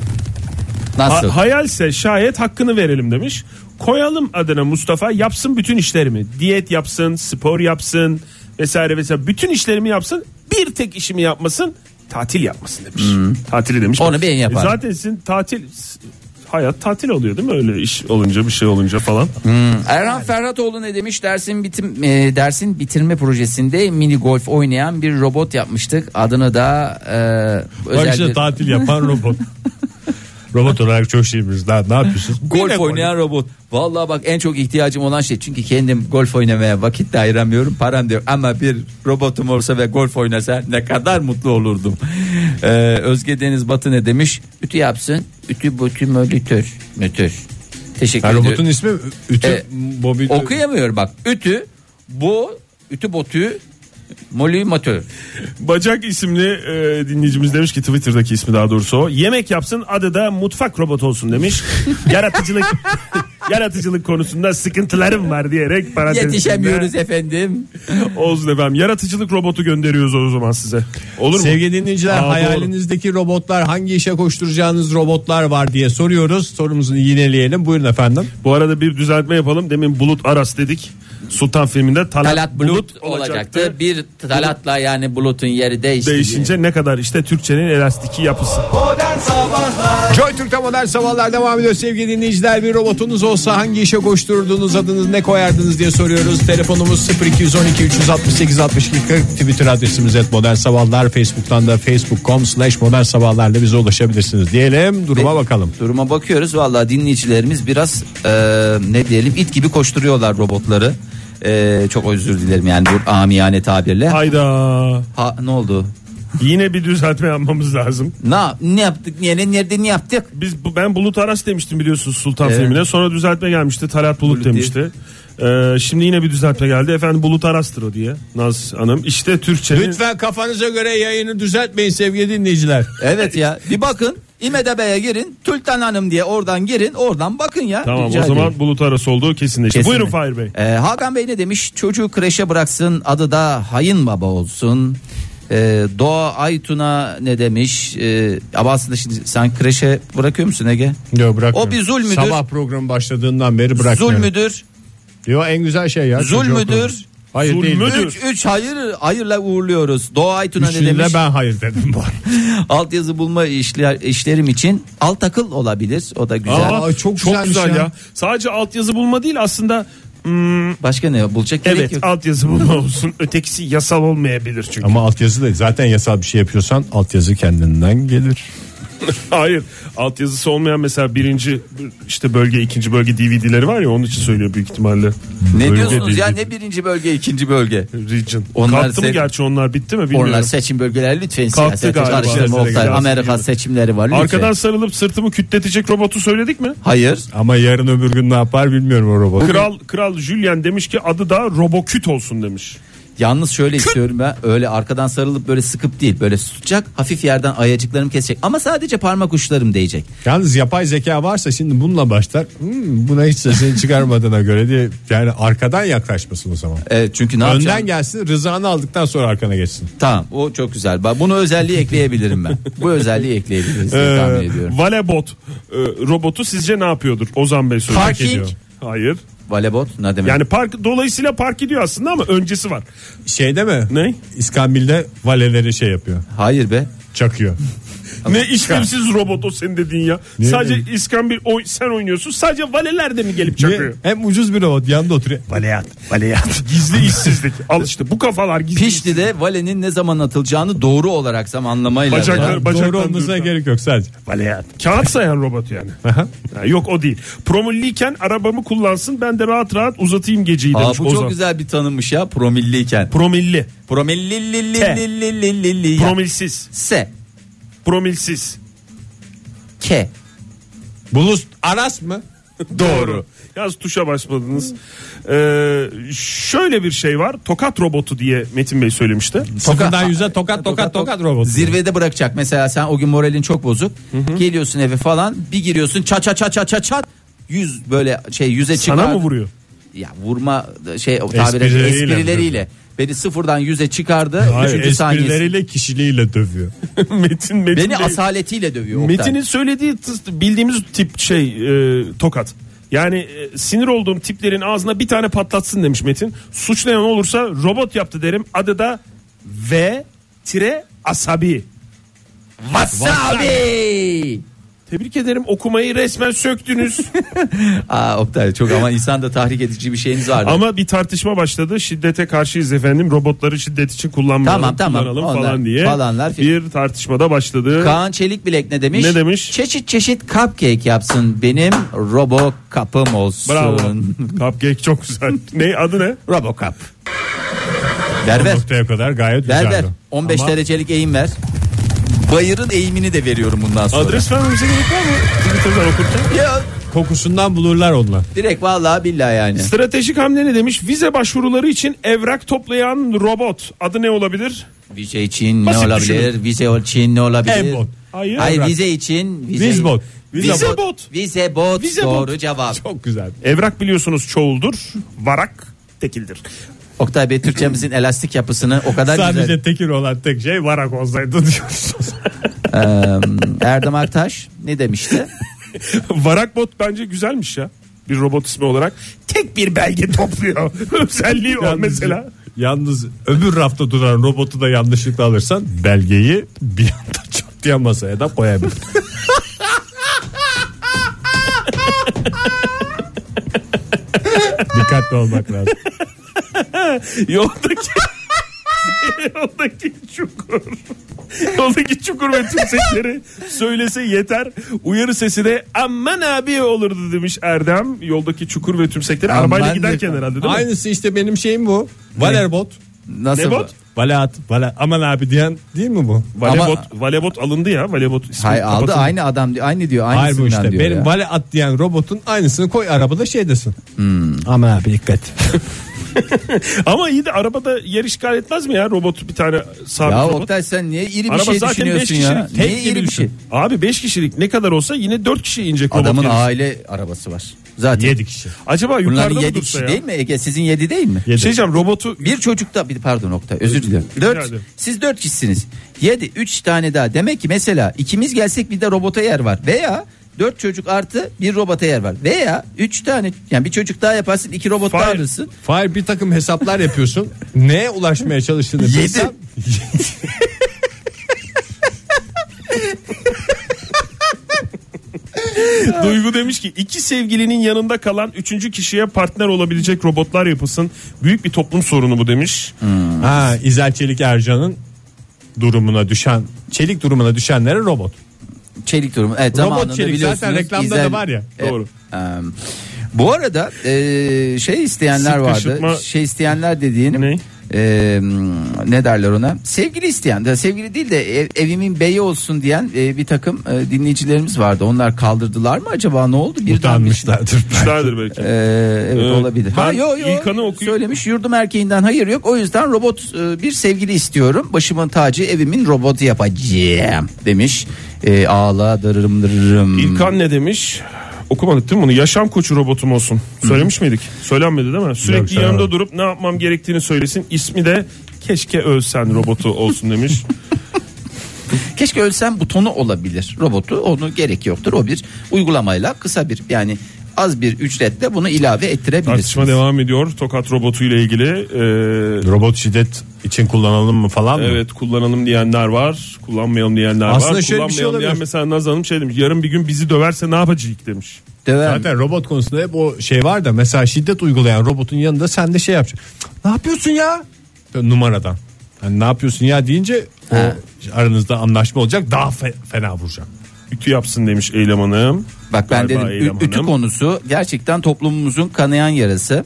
S4: Ha-
S3: Nasıl?
S4: hayalse şayet hakkını verelim demiş. Koyalım adına Mustafa yapsın bütün işlerimi. Diyet yapsın, spor yapsın vesaire vesaire. Bütün işlerimi yapsın. Bir tek işimi yapmasın. Tatil yapmasın demiş. Tatili demiş.
S3: Onu ben yaparım.
S4: E zaten sizin tatil hayat tatil oluyor değil mi? Öyle iş olunca bir şey olunca falan.
S3: Erhan Ferhatoğlu ne demiş? Dersin bitim e, dersin bitirme projesinde mini golf oynayan bir robot yapmıştık. Adını da e,
S2: Bak
S3: özel
S2: işte
S3: bir-
S2: tatil yapan robot. robot olarak çok şeyimiz daha ne yapıyorsunuz? Bir de
S3: golf oynayan robot. Vallahi bak en çok ihtiyacım olan şey çünkü kendim golf oynamaya vakit de ayıramıyorum. Param diyor ama bir robotum olsa ve golf oynasa ne kadar mutlu olurdum. E, Özge Deniz Batı ne demiş? Ütü yapsın. Ütü bütü mölütür. Mütür. Teşekkür
S2: Ha,
S3: ederim.
S2: robotun ismi Ütü
S3: Evet.
S2: Bobby.
S3: Okuyamıyor bak. Ütü bu ütü botu molü matör.
S4: Bacak isimli e, dinleyicimiz demiş ki Twitter'daki ismi daha doğrusu o. Yemek yapsın adı da mutfak robot olsun demiş. yaratıcılık yaratıcılık konusunda sıkıntılarım var diyerek parantezinde
S3: Yetişemiyoruz efendim.
S4: Olsun efendim. Yaratıcılık robotu gönderiyoruz o zaman size. Olur mu?
S2: Sevgili dinleyiciler
S4: Aa, doğru.
S2: hayalinizdeki robotlar hangi işe koşturacağınız robotlar var diye soruyoruz. Sorumuzu yineleyelim. Buyurun efendim.
S4: Bu arada bir düzeltme yapalım. Demin Bulut Aras dedik. Sultan filminde Talat,
S3: Talat bulut olacaktı. Bir talatla yani bulutun yeri değişti.
S4: Değişince ne kadar işte Türkçenin elastiki yapısı.
S1: Modern Sabahlar
S2: Joy Türk'te modern sabahlar devam ediyor sevgili dinleyiciler. Bir robotunuz olsa hangi işe koştururdunuz adınız ne koyardınız diye soruyoruz. Telefonumuz 0212 368 62 40 Twitter adresimiz et modern sabahlar. Facebook'tan da facebook.com slash modern sabahlarla bize ulaşabilirsiniz diyelim. Duruma bakalım.
S3: Duruma bakıyoruz. Vallahi dinleyicilerimiz biraz e, ne diyelim it gibi koşturuyorlar robotları. E, çok özür dilerim yani bu amiyane tabirle.
S4: Hayda.
S3: Ha, ne oldu?
S4: Yine bir düzeltme yapmamız lazım.
S3: Ne, yap- ne yaptık? Niye, ne, nerede ne yaptık?
S4: Biz bu- ben Bulut Aras demiştim biliyorsunuz Sultan
S3: Evet.
S4: filmine. Sonra düzeltme gelmişti. Talat Bulut,
S3: Bulut
S4: demişti. Ee, şimdi yine bir düzeltme geldi. Efendim Bulut Aras'tır o diye. Naz Hanım. İşte Türkçenin
S2: Lütfen kafanıza göre yayını düzeltmeyin sevgili dinleyiciler.
S3: Evet ya bir bakın İMDB'ye girin Tülten Hanım diye oradan girin oradan bakın ya.
S4: Tamam
S3: Rica
S4: o zaman
S3: ediyorum. E,
S4: Bulut Aras olduğu kesinleşti.
S3: Kesin
S4: Buyurun
S3: mi?
S4: Fahir Bey.
S3: Ee, Hakan Bey ne demiş? Çocuğu kreşe bıraksın adı da Hayın Baba olsun. Ee, Doğa Aytun'a ne demiş? Ee, ama aslında şimdi sen kreşe bırakıyor musun Ege?
S2: Yo, bırakmıyorum.
S3: O bir zul müdür?
S2: Sabah programı başladığından beri bırakmıyorum.
S3: Zul müdür?
S2: Yo, en güzel şey ya.
S3: Zul
S2: çocuğu
S3: müdür?
S2: okumak. Hayır
S4: Zul
S2: değil.
S4: müdür?
S3: Üç, üç hayır, hayırla uğurluyoruz. Doğa Aytun'a ne
S2: Üçünde
S3: demiş?
S2: ben hayır dedim bu arada.
S3: Altyazı bulma işler, işlerim için alt akıl olabilir. O da güzel.
S2: Aa, çok güzelmiş
S4: güzel
S2: ya.
S4: ya. Sadece altyazı bulma değil aslında hmm,
S3: Başka ne? Bulacak gerek
S4: evet
S3: yok.
S4: altyazı bulma olsun. Ötekisi yasal olmayabilir çünkü.
S2: Ama altyazı da zaten yasal bir şey yapıyorsan altyazı kendinden gelir.
S4: Hayır. Altyazısı olmayan mesela birinci işte bölge ikinci bölge DVD'leri var ya onun için söylüyor büyük ihtimalle.
S3: Ne
S4: Bölge
S3: diyorsunuz ya?
S4: DVD.
S3: Ne birinci bölge, ikinci bölge?
S4: Region.
S3: Onlar
S4: Kalktı mı
S3: sev-
S4: gerçi onlar bitti mi bilmiyorum.
S3: Onlar seçim bölgeleri lütfen
S4: Kalktı
S3: siyaset
S4: galiba.
S3: karıştırma
S4: Siyaset
S3: Oktay.
S4: galiba.
S3: Amerika seçimleri var lütfen.
S4: Arkadan sarılıp sırtımı kütletecek robotu söyledik mi?
S3: Hayır.
S2: Ama yarın öbür gün ne yapar bilmiyorum o robot.
S4: Kral Kral Julian demiş ki adı da Roboküt olsun demiş.
S3: Yalnız şöyle istiyorum ben öyle arkadan sarılıp böyle sıkıp değil böyle tutacak hafif yerden ayacıklarım kesecek ama sadece parmak uçlarım değecek.
S2: Yalnız yapay zeka varsa şimdi bununla başlar. Hmm, buna hiç sesini çıkarmadığına göre diye yani arkadan yaklaşmasın o zaman.
S3: Evet çünkü ne
S2: Önden
S3: yapacağım?
S2: gelsin rızanı aldıktan sonra arkana geçsin.
S3: Tamam o çok güzel. Bak bunu özelliği ekleyebilirim ben. Bu özelliği ekleyebiliriz diye tahmin
S4: Ee,
S3: ediyorum.
S4: Valebot e, robotu sizce ne yapıyordur? Ozan Bey söylüyor.
S3: Parking.
S4: Ediyor. Hayır.
S3: Valebot ne demek?
S4: Yani park dolayısıyla park ediyor aslında ama öncesi var.
S2: Şeyde Şey mi?
S4: Ne?
S2: İskambil'de valeleri şey yapıyor.
S3: Hayır be.
S2: Çakıyor.
S4: Ne işlevsiz robot o senin dediğin ya.
S2: Niye?
S4: sadece iskambil oy, sen oynuyorsun. Sadece valeler de mi gelip
S2: Ve
S4: çakıyor?
S2: Hem ucuz bir robot yanında oturuyor.
S4: Gizli işsizlik. Al işte bu kafalar gizli.
S3: Pişli'de valenin ne zaman atılacağını doğru olarak zamanlamayla.
S4: Bacaklar- bacaktan
S2: Doğru olmasına
S4: dürten.
S2: gerek yok sadece.
S4: Kağıt sayan robot yani. Ya yok o değil. Promilliyken arabamı kullansın ben de rahat rahat uzatayım geceyi
S3: Aa,
S4: demiş
S3: bu
S4: Ozan.
S3: çok güzel bir tanınmış ya promilliyken.
S4: Promilli.
S3: Promillililililili.
S4: Promilsiz.
S3: S.
S4: Promilsiz.
S3: K.
S2: Bulus Aras mı?
S4: Doğru. Yaz tuşa basmadınız. Ee, şöyle bir şey var. Tokat robotu diye Metin Bey söylemişti.
S2: Sıfırdan yüze tokat tokat tokat robot.
S3: Zirvede bırakacak mesela sen o gün moralin çok bozuk. Geliyorsun eve falan bir giriyorsun ça ça ça ça ça ça. Yüz böyle şey yüze çıkar.
S4: Sana mı vuruyor?
S3: Ya vurma da şey o tabir
S2: Esprileriyle
S3: esprileriyle. Beni sıfırdan yüze çıkardı.
S2: Hayır,
S3: Üçüncü saniyesi.
S2: esprileriyle kişiliğiyle dövüyor.
S4: Metin Metin
S3: Beni
S4: Bey-
S3: asaletiyle dövüyor. Oktay.
S4: Metin'in söylediği tı- bildiğimiz tip şey e, tokat. Yani e, sinir olduğum tiplerin ağzına bir tane patlatsın demiş Metin. Suçlayan olursa robot yaptı derim. Adı da V tire asabi.
S3: Wasabi.
S4: Tebrik ederim okumayı resmen söktünüz.
S3: Aa Oktay çok ama insan da tahrik edici bir şeyiniz vardı.
S4: Ama bir tartışma başladı. Şiddete karşıyız efendim. Robotları şiddet için kullanmayalım,
S3: Tamam, tamam.
S4: kullanalım
S3: Onlar-
S4: falan diye.
S3: falanlar filan.
S4: bir tartışmada başladı.
S3: Kaan Çelikbilek ne demiş?
S4: Ne demiş?
S3: Çeşit çeşit cupcake yapsın benim robo kapım olsun.
S4: Bravo. Cupcake çok güzel. ne adı ne?
S3: Robocop. Ver ver.
S2: Noktaya kadar gayet
S3: Ver
S2: güzeldi.
S3: ver. 15
S2: Ama
S3: derecelik eğim ver. Bayırın eğimini de veriyorum bundan sonra.
S4: Adres vermemize gerek var mı? Twitter'dan okurken.
S3: Ya,
S2: kokusundan bulurlar onlar.
S3: direkt vallahi billahi yani.
S4: Stratejik hamle ne demiş? Vize başvuruları için evrak toplayan robot. Adı ne olabilir?
S3: Vize için ne
S4: Basit
S3: olabilir? Vize için ne olabilir?
S2: Embot.
S4: Hayır.
S3: Hayır
S2: Evrak.
S3: vize için. Vize,
S2: Vizbot.
S4: Vizebot.
S3: Vizebot.
S4: Vizebot.
S3: Doğru cevap.
S2: Çok güzel.
S4: Evrak biliyorsunuz çoğuldur. Varak tekildir.
S3: Oktay Bey Türkçemizin elastik yapısını o kadar güzel.
S2: Sadece tekir olan tek şey varak olsaydı diyoruz.
S3: Ee, Erdem Aktaş ne demişti?
S4: Varak bot bence güzelmiş ya. Bir robot ismi olarak. Tek bir belge topluyor. Özelliği o mesela.
S2: Yalnız öbür rafta duran robotu da yanlışlıkla alırsan belgeyi bir anda çat diye masaya da koyabilir. Dikkatli olmak lazım.
S4: Yoldaki yoldaki çukur. Yoldaki çukur ve tümsekleri söylese yeter. Uyarı sesi de aman abi olurdu demiş Erdem. Yoldaki çukur ve tümsekleri
S3: Aman
S4: arabayla
S3: de-
S4: giderken herhalde değil mi?
S2: Aynısı işte benim şeyim bu. Valerbot.
S3: Nasıl?
S4: Ne
S3: bu?
S4: bot?
S2: Valat, vala, aman abi diyen değil mi bu?
S4: Valebot, valebot alındı ya. Valebot ismi
S3: Hayır aldı
S4: kapatıldı.
S3: aynı adam diyor. Aynı diyor.
S2: Hayır bu
S3: Aynısından
S2: işte.
S3: diyor
S2: Benim
S3: ya.
S2: vale at diyen robotun aynısını koy arabada şey desin.
S3: Hmm.
S2: Aman abi dikkat.
S4: Ama iyi de arabada yer işgal etmez mi ya robot bir tane sabit
S3: Ya
S4: robot?
S3: Oktay sen niye iri bir
S4: Araba
S3: şey
S4: zaten 5
S3: düşünüyorsun
S4: kişilik.
S3: ya?
S4: tek
S3: Niye iri bir
S4: düşün.
S3: şey?
S4: Abi 5 kişilik ne kadar olsa yine 4 kişi inecek robot.
S3: Adamın
S4: gerisi.
S3: aile arabası var. Zaten.
S2: 7 kişi.
S4: Acaba
S3: Bunların
S4: yukarıda mı
S3: yedi
S4: dursa
S3: kişi
S4: ya?
S3: değil mi Ege? Sizin yedi değil mi?
S4: Şey diyeceğim robotu
S3: Bir çocukta bir pardon nokta özür dilerim. Dört,
S4: ederim.
S3: siz dört kişisiniz. Yedi, üç tane daha. Demek ki mesela ikimiz gelsek bir de robota yer var. Veya dört çocuk artı bir robota yer var. Veya üç tane yani bir çocuk daha yaparsın iki robot daha
S4: Fire.
S3: alırsın.
S2: Fahir bir takım hesaplar yapıyorsun. Neye ulaşmaya çalıştığını
S3: Yedi.
S2: bilsem-
S4: Duygu demiş ki iki sevgilinin yanında kalan üçüncü kişiye partner olabilecek robotlar yapılsın. Büyük bir toplum sorunu bu demiş.
S3: Hmm.
S2: Ha, İzel Çelik Ercan'ın durumuna düşen çelik durumuna düşenlere robot.
S3: Çelik durumu. Evet, zamanında
S2: çelik.
S3: biliyorsunuz
S2: Zaten reklamda
S3: İzel-
S2: da var ya.
S3: E,
S4: Doğru.
S3: e, bu arada e, şey isteyenler
S4: Sık
S3: vardı.
S4: kaşıtma-
S3: Şey isteyenler dediğini
S4: Ne?
S3: e, ne derler ona? Sevgili isteyen de sevgili değil de ev- evimin beyi olsun diyen e, bir takım e, dinleyicilerimiz vardı. Onlar kaldırdılar mı acaba ne oldu? Birden bir-
S2: Utanmışlardır.
S4: Kuşlardır belki.
S3: E, evet
S4: Ee,
S3: olabilir.
S4: ben
S3: Ha, yo, yo,
S4: İlkan'ı okuyayım.
S3: Söylemiş yurdum erkeğinden hayır yok. O yüzden robot e, bir sevgili istiyorum. Başımın tacı evimin robotu yapacağım demiş. E, ağla darırım dırırım.
S4: İlkan ne demiş? Okumadık değil mi bunu? Yaşam koçu robotum olsun. Söylemiş miydik? Söylenmedi değil mi? Sürekli
S3: şey.
S2: Yok,
S4: yanımda
S2: söylemedim.
S4: durup ne yapmam gerektiğini söylesin. İsmi de keşke ölsen robotu olsun demiş.
S3: Keşke ölsem butonu olabilir robotu. Onu gerek yoktur. O bir uygulamayla kısa bir yani az bir ücretle bunu ilave
S4: Tartışma
S3: ettirebilirsiniz.
S4: devam ediyor. Tokat robotu ile ilgili. Ee,
S2: Robot şiddet için kullanalım mı falan mı?
S4: evet kullanalım diyenler var. Kullanmayalım diyenler var.
S2: Aslında şöyle bir şey
S4: Kullanmayalım diyen
S2: olabilir.
S4: mesela Naz Hanım şey demiş. Yarın bir gün bizi döverse ne yapacağız demiş.
S3: Döver mi?
S2: Zaten robot konusunda hep o şey var da mesela şiddet uygulayan robotun yanında sen de şey yapacaksın. "Cık, Ne yapıyorsun ya? Böyle numaradan. Hani ne yapıyorsun ya deyince o
S3: Ha.
S2: aranızda anlaşma olacak daha fe- fena vuracak.
S4: Ütü yapsın demiş Eylem Hanım.
S3: Bak ben
S4: Galiba
S3: dedim
S4: Eylem
S3: ü- ütü
S4: Hanım.
S3: konusu gerçekten toplumumuzun kanayan yarası.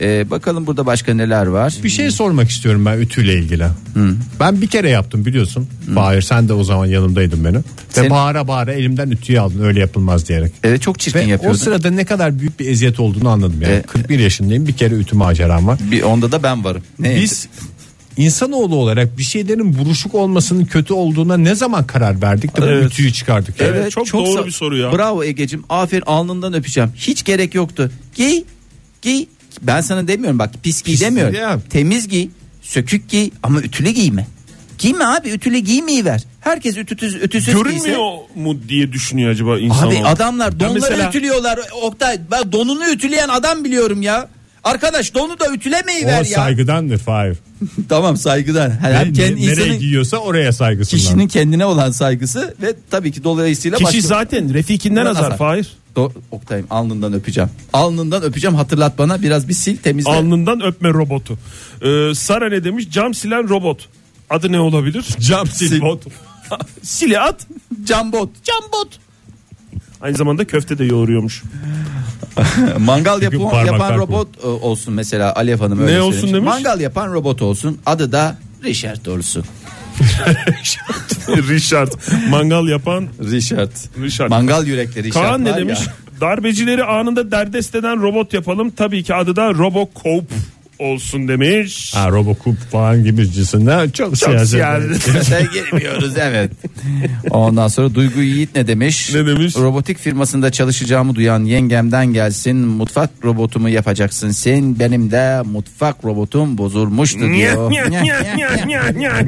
S3: Ee, bakalım burada başka neler var.
S2: Bir şey sormak istiyorum ben ütüyle ilgili.
S3: Hmm.
S2: Ben bir kere yaptım biliyorsun. Bahir sen de o zaman yanımdaydın benim.
S3: Senin-
S2: Ve bağıra bağıra elimden ütüyü aldın öyle yapılmaz diyerek.
S3: Evet çok çirkin
S2: Ve o
S3: yapıyordun.
S2: sırada ne kadar büyük bir eziyet olduğunu anladım yani.
S3: E-
S2: 41 yaşındayım bir kere ütü maceram var.
S3: Bir onda da ben varım. Ne?
S2: Biz insanoğlu olarak bir şeylerin buruşuk olmasının kötü olduğuna ne zaman karar verdik de bu
S4: Evet.
S2: ütüyü çıkardık. yani?
S4: Evet, çok doğru
S3: sa-
S4: bir soru ya.
S3: Bravo Ege'cim. Aferin alnından öpeceğim. Hiç gerek yoktu. Giy. Giy. Ben sana demiyorum bak pis giy
S2: Pis
S3: demiyorum.
S2: değil ya.
S3: Temiz giy. Sökük giy ama ütülü giyme. Giyme abi ütülü giymeyi ver. Herkes ütüsüz ütüsüz giyse-
S4: Görünmüyor mu diye düşünüyor acaba insan.
S3: Abi
S4: olarak.
S3: adamlar
S4: Ben
S3: donları
S4: mesela-
S3: ütülüyorlar. Oktay ben donunu ütüleyen adam biliyorum ya. Arkadaş donu da ütülemeyi
S2: O
S3: ver ya.
S2: saygıdandır Fahir.
S3: Tamam saygıdan. Her,
S2: Hem
S3: hem kendi
S2: nereye
S3: insanın,
S2: giyiyorsa oraya saygısından.
S3: kişinin kendine olan saygısı ve tabii ki dolayısıyla
S4: Kişi
S3: başka-
S4: zaten refikinden
S3: Bundan
S4: azar.
S3: azar.
S4: Fahir.
S3: Do- Oktay'ım alnından öpeceğim. Alnından öpeceğim hatırlat bana biraz bir sil temizle.
S4: Alnından öpme robotu. Ee, Sara ne demiş? Cam silen robot. Adı ne olabilir?
S2: Cam sil bot.
S4: Sile at.
S3: Cambot. Cambot.
S4: Aynı zamanda köfte de yoğuruyormuş.
S3: Mangal
S2: Çünkü
S3: yapı-
S2: parmaklar
S3: yapan
S2: kuru.
S3: robot e, olsun mesela Alev Hanım öyle
S4: Ne olsun
S3: söylemiş.
S4: demiş?
S3: Mangal yapan robot olsun. Adı da Richard olsun.
S4: Richard. Mangal yapan
S3: Richard.
S4: Richard.
S3: Mangal yürekli Richard.
S4: Kaan ne
S3: var ya.
S4: demiş? Darbecileri anında derdest eden robot yapalım. Tabii ki adı da Robocop olsun demiş.
S2: Ha, Robocop falan gibi cinsinden çok,
S4: Çok
S2: siyaset.
S4: siyaset.
S3: Mesela girmiyoruz evet. Ondan sonra Duygu Yiğit ne demiş?
S4: Ne demiş?
S3: Robotik firmasında çalışacağımı duyan yengemden gelsin mutfak robotumu yapacaksın sen benim de mutfak robotum bozulmuştu diyor.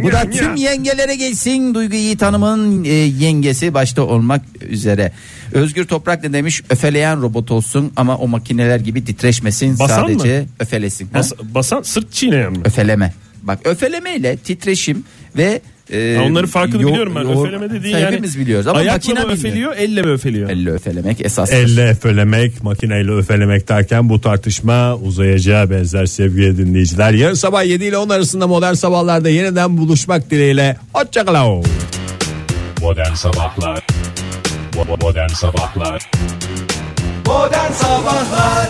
S3: Bu da tüm yengelere gelsin Duygu Yiğit Hanım'ın e, yengesi başta olmak üzere. Özgür Toprak ne demiş? Öfeleyen robot olsun ama o makineler gibi titreşmesin
S4: Basan mı?
S3: sadece öfelesin. Ha?
S4: Bas- basan sırt çiğneyen mi?
S3: öfeleme. Bak öfeleme ile titreşim ve e,
S4: Ha, Onların farkını
S3: yo-
S4: biliyorum ben.
S3: yo-
S4: Öfeleme dediğin
S3: Sen
S4: yani.
S3: hepimiz biliyoruz ama
S4: ayakla
S3: makine
S4: mı
S3: bilmiyor.
S4: öfeliyor, elle mi öfeliyor?
S3: Elle öfelemek esas.
S2: Elle öfelemek, makineyle öfelemek derken bu tartışma uzayacağı benzer sevgili dinleyiciler. Yarın sabah 7 ile 10 arasında modern sabahlarda yeniden buluşmak dileğiyle. Hoşçakalın.
S9: Modern Sabahlar Bo- Modern Sabahlar
S1: Oh, Modern Sabahlar